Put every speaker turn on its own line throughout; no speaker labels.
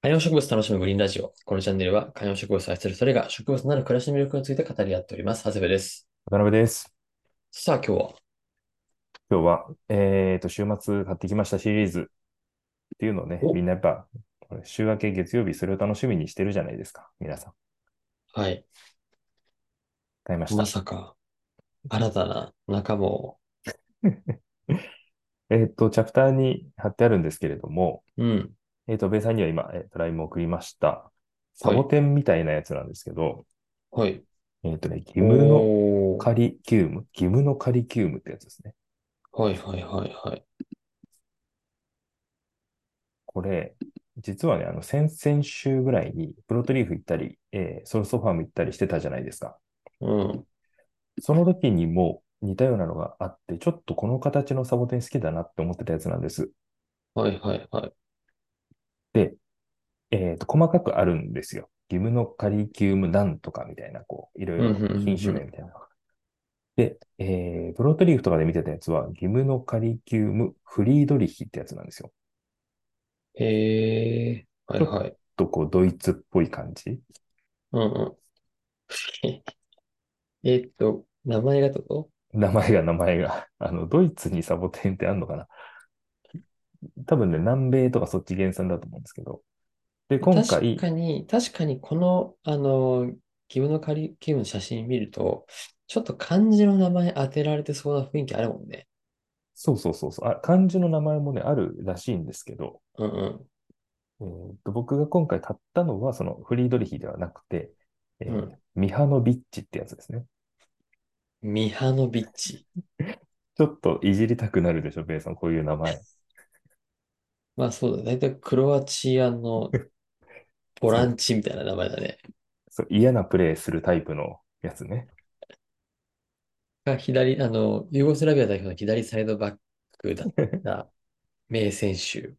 観葉植物楽しむグリーンラジオ。このチャンネルは観葉植物を愛するそれが植物なる暮らしの魅力について語り合っております。長谷部です。
渡辺です。
さあ今日は、
今日は、えっと、週末買ってきましたシリーズっていうのをね、
お
みんなやっぱ、これ週明け月曜日それを楽しみにしてるじゃないですか。皆さん、
はい、
買いまし
ま
た。
さか新たな仲間を、
えっと、チャプターに貼ってあるんですけれども、
うん、
えっと、ベイさんには今、えっと、LINE も送りました。サボテンみたいなやつなんですけど、
はい。
えっとね、義務の
おー
カリキウム、義務のカリキウムってやつですね。
はいはいはいはい。
これ、実はね、あの、先々週ぐらいに、プロトリーフ行ったり、えーソルソファーム行ったりしてたじゃないですか。
うん。
その時にも似たようなのがあって、ちょっとこの形のサボテン好きだなって思ってたやつなんです。
はいはいはい。
えっと、細かくあるんですよ。ギムノカリキウムなんとかみたいな、こう、いろい
うん
ろ
うんうんうん
品種名みたいなのが。で、えー、ブロートリーフとかで見てたやつは、ギムノカリキウムフリードリヒってやつなんですよ。
へえ。はいはい。
ちょっとこう、ドイツっぽい感じ。
うんうん。 えっと、名前がってこ
名前が名前が。あの、ドイツにサボテンってあんのかな多分ね、南米とかそっち原産だと思うんですけど。で、
と
今
確
回、
かに、確かにこの、あの、義務のカリキウムの写真見ると、ちょっと漢字の名前当てられてそうな雰囲気あるもんね。
そうそうそうそう。あ、漢字の名前もね、あるらしいんですけど、
うんうん。
えーと、僕が今回買ったのは、そのフリードリヒではなくて、えー
うん
ミハノビッチってやつですね。
ミハノビッチ。
ちょっといじりたくなるでしょ、ベイさん、こういう 名前。
まあそうだ、だいたいクロアチア のボランチみたいな名前だね。
そう、嫌なプレイするタイプのやつね。
が左、あの、ユーゴスラビア代表の左サイドバックだった名選手。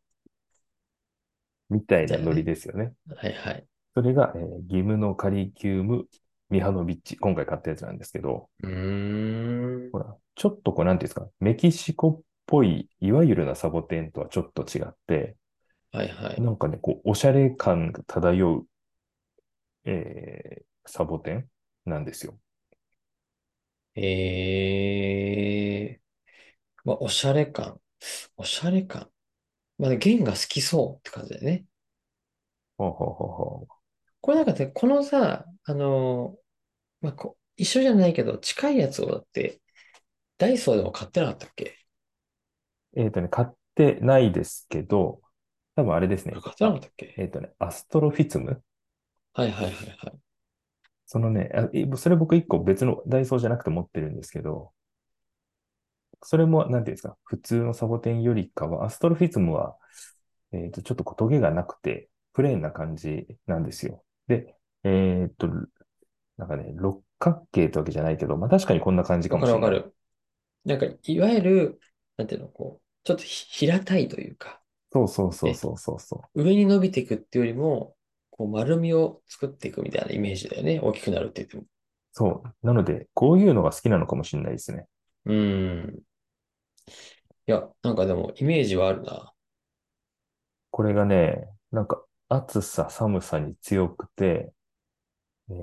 みたいなノリですよね。
はいはい。
それが、えーギムノカリキウムミハノビッチ。今回買ったやつなんですけど、
うーん。
ほら、ちょっとこう、なんていうんですか、メキシコっぽい、いわゆるなサボテンとはちょっと違って、
はいはい。
なんかね、こう、おしゃれ感が漂う、えー、サボテンなんですよ。
ええまあ、おしゃれ感。おしゃれ感。まあ、弦が好きそうって感じだよね。
ほうほうほうほ
これなんかね、このさ、あのーまあ、こ一緒じゃないけど、近いやつをだって、ダイソーでも買ってなかったっけ
うえっとね、買ってないですけど、多分あれですね
買。ってなかったっけ
えっとね、アストロフィツム
はいはいはいはい。
そのね、あえそれ僕一個別のダイソーじゃなくて持ってるんですけど、それも、なんていうんですか、普通のサボテンよりかは、アストロフィツムは、えっと、ちょっとこうトゲがなくて、プレーンな感じなんですよ。で、えっと、なんかね、六角形ってわけじゃないけど、まあ確かにこんな感じか
わ
も
か
し
る
れ
わ
な
か
い。
る。なんか、いわゆる、なんていうの、こう、ちょっとひ平たいというか、
そうそうそうそうそうそう。
上に伸びていくっていうよりも、こう丸みを作っていくみたいなイメージだよね。大きくなるって言っても。
そう。なので、こういうのが好きなのかもしれないですね。
うん。いや、なんかでも、イメージはあるな。
これがね、なんか暑さ、寒さに強くて、えー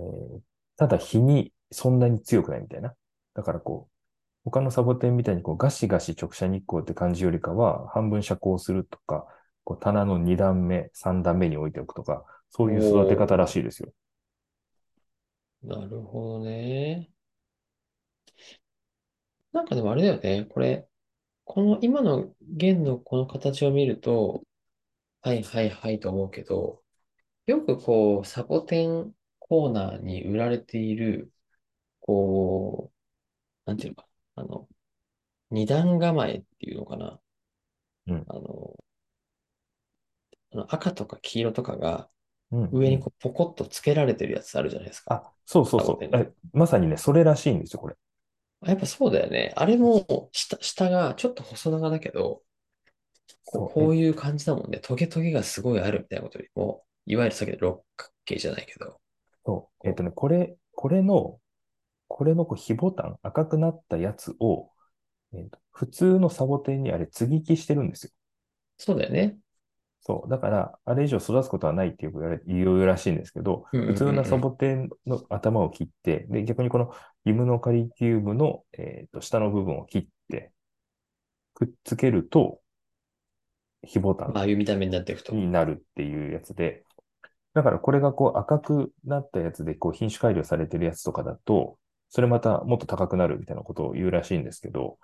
ただ日にそんなに強くないみたいな。だからこう、他のサボテンみたいにこうガシガシ直射日光って感じよりかは、半分遮光するとか、こう棚の2段目、3段目に置いておくとか、そういう育て方らしいですよ。
なるほどね。なんかでもあれだよね。これ、この今の弦のこの形を見ると、はいはいはいと思うけど、よくこう、サボテンコーナーに売られている、こう、なんていうのかな、あの、二段構えっていうのかな。
うん
あの、あの赤とか黄色とかが
うん
上にこうポコッとつけられてるやつあるじゃないですか。
あ、そうそう
サ
そ
ボテ
う。
ン
えまさにね、それらしいんですよ、これ。
やっぱそうだよね。あれも下、下がちょっと細長だけど、こう、
そう
こういう感じだもんね。トゲトゲがすごいあるみたいなことよりも、いわゆるさっきの六角形じゃないけど。
そう。えっとね、これ、これの、これのこう非ボタン、赤くなったやつを、えっと、普通のサボテンにあれ、接ぎ木してるんですよ。
そうだよね。
そう。だから、あれ以上育つことはないってよく言われ、言うらしいんですけど、
うんうんうんう
普
ん
通のサボテンの頭を切って、で、逆にこのギムノカリキウムの、えーと、下の部分を切って、くっつけると、ヒボタン
ああいう見た目になっていくと。
になるっていうやつで、だからこれがこう赤くなったやつでこう品種改良されてるやつとかだと、それまたもっと高くなるみたいなことを言うらしいんですけど、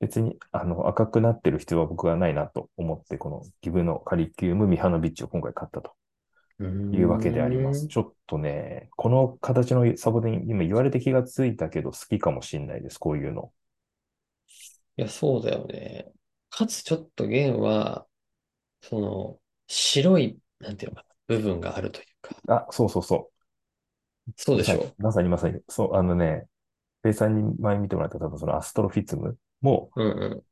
別にあの赤くなってる必要は僕はないなと思って、このギブのカリキウムミハノビッチを今回買ったというわけであります。ちょっとね、この形のサボテン、今言われて気がついたけど好きかもしれないです、こういうの。
いや、そうだよね。かつちょっと弦は、その、白い、なんていうのかな、部分があるというか。
あ、そうそうそう。
そうでしょ
まさにまさにまさに。そう、あのね、ペイさんに前見てもらった多分そのアストロフィツムも
う。うんうん。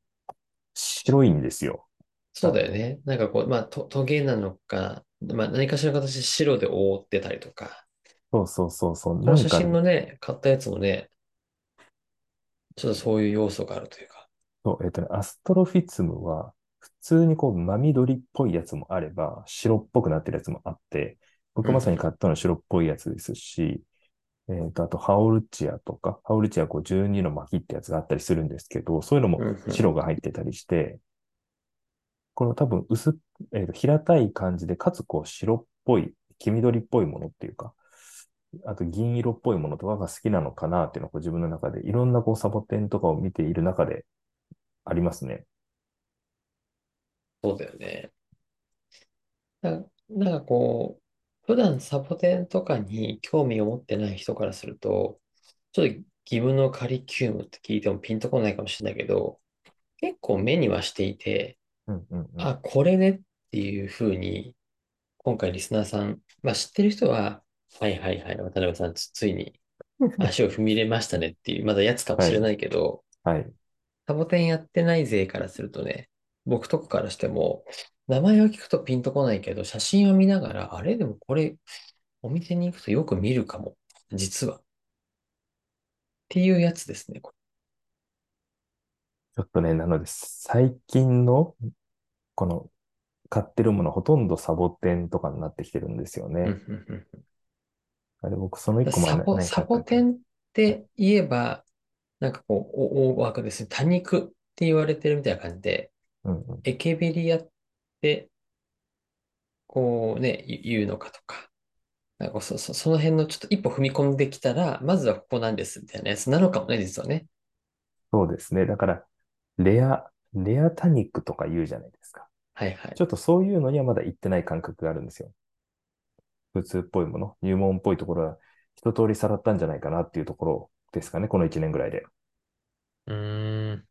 白いんですよ。
そうだよね。なんかこう、まあ、と、トゲなのか、まあ、何かしらの形で白で覆ってたりとか。
そうそうそうそう。
この
なん
写
か
真
ね、
のね、買ったやつもね、ちょっとそういう要素があるというか。
そう、えっとね、アストロフィツムは普通にこう真緑っぽいやつもあれば、白っぽくなってるやつもあって、僕
うん
まさに買ったの白っぽいやつですし、えっと、あとハオルチアとか、ハオルチアこう12の巻ってやつがあったりするんですけど、そういうのも
うんうん
白が入ってたりして、この多分薄っ、えーと、平たい感じで、かつこう白っぽい、黄緑っぽいものっていうか、あと銀色っぽいものとかが好きなのかなっていうのをこう自分の中で、いろんなこうサボテンとかを見ている中でありますね。
そうだよね。な、なんかこう、普段サボテンとかに興味を持ってない人からすると、ちょっとギムのカリキウムって聞いてもピンとこないかもしれないけど、結構目にはしていて、
うんうんうん。
あ、これねっていうふうに、今回リスナーさん、まあ知ってる人は、はいはいはい、渡辺さんつ、ついに足を踏み入れましたねっていう、まだやつかもしれないけど、
はい。
サボテンやってない勢からするとね、僕とかからしても、名前を聞くとピンとこないけど、写真を見ながら、あれでもこれ、お店に行くとよく見るかも、実は。っていうやつですね。こ
ちょっとね、なので、最近の、この、買ってるものほとんどサボテンとかになってきてるんですよ
れ
ね。
うんうん
あれ、僕その
うん
一個前
サボ、
何
サ
買った
ボ
っけ
テンって言えば、なんかこう、お大枠ですね。多肉って言われてるみたいな感じで、
うんうん。
エケベリアって、こうね、ゆ言うのかとか、なんかこうそ、そその辺のちょっと一歩踏み込んできたら、まずはここなんですみたいなやつなのかもね、実はね。
そうですね。だから、レア、レアタニックとか言うじゃないですか。
はいはい
ち。ょっとそういうのにはまだ行ってない感覚があるんですよ。普通っぽいもの、入門っぽいところは一通りさらったんじゃないかなっていうところですかね、この1年ぐらいで。
うーん。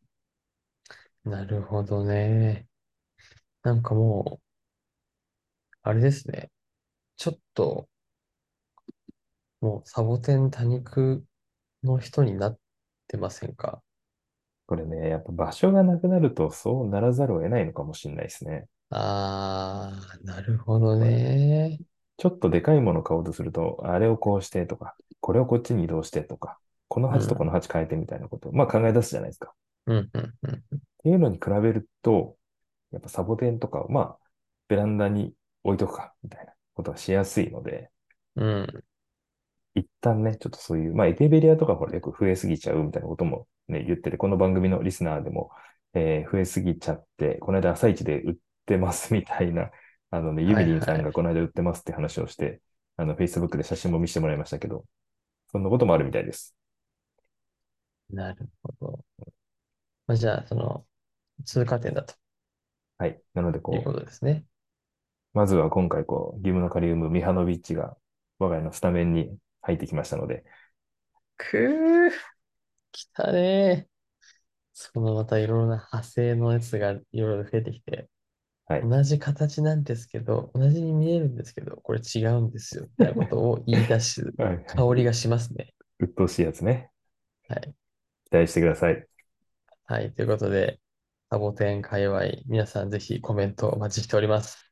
なるほどね。なんかもう、あれですね。ちょっと、もうサボテン多肉の人になってませんか
これね、やっぱ場所がなくなるとそうならざるを得ないのかもしれないですね。
あー、なるほどね。
ちょっとでかいもの買おうとすると、あれをこうしてとか、これをこっちに移動してとか、この鉢とこの鉢変えてみたいなことを、まあ考え出すじゃないですか。っ
うんうんうん。
ていうのに比べると、やっぱサボテンとかを、まあ、ベランダに置いとくか、みたいなことはしやすいので、
うん。
一旦ね、ちょっとそういう、まあ、エケベリアとかほらよく増えすぎちゃうみたいなこともね、言ってて、この番組のリスナーでも、えー増えすぎちゃって、この間朝一で売ってますみたいな、あのね、ユビリンさんがこの間売ってますって話をして、あの、Facebook で写真も見せてもらいましたけど、そんなこともあるみたいです。
なるほど。まあ、じゃあ、その、通過点だと
はい。なので、
いう
こ
こと
う、
ですね。
まずは今回、こう、ギムノカリウム、ミハノビッチが、我が家のスタメンに入ってきましたので、
くー、きたねー。そのまたいろんな派生のやつがいろいろ増えてきて、
はい
同じ形なんですけど、同じに見えるんですけど、これ違うんですよ、みたいなことを言い出す
はい。
香りがしますね。
鬱陶しいやつね。
はい。
期待してください。
はい、ということで、サボテン界隈、皆さんぜひコメントお待ちしております。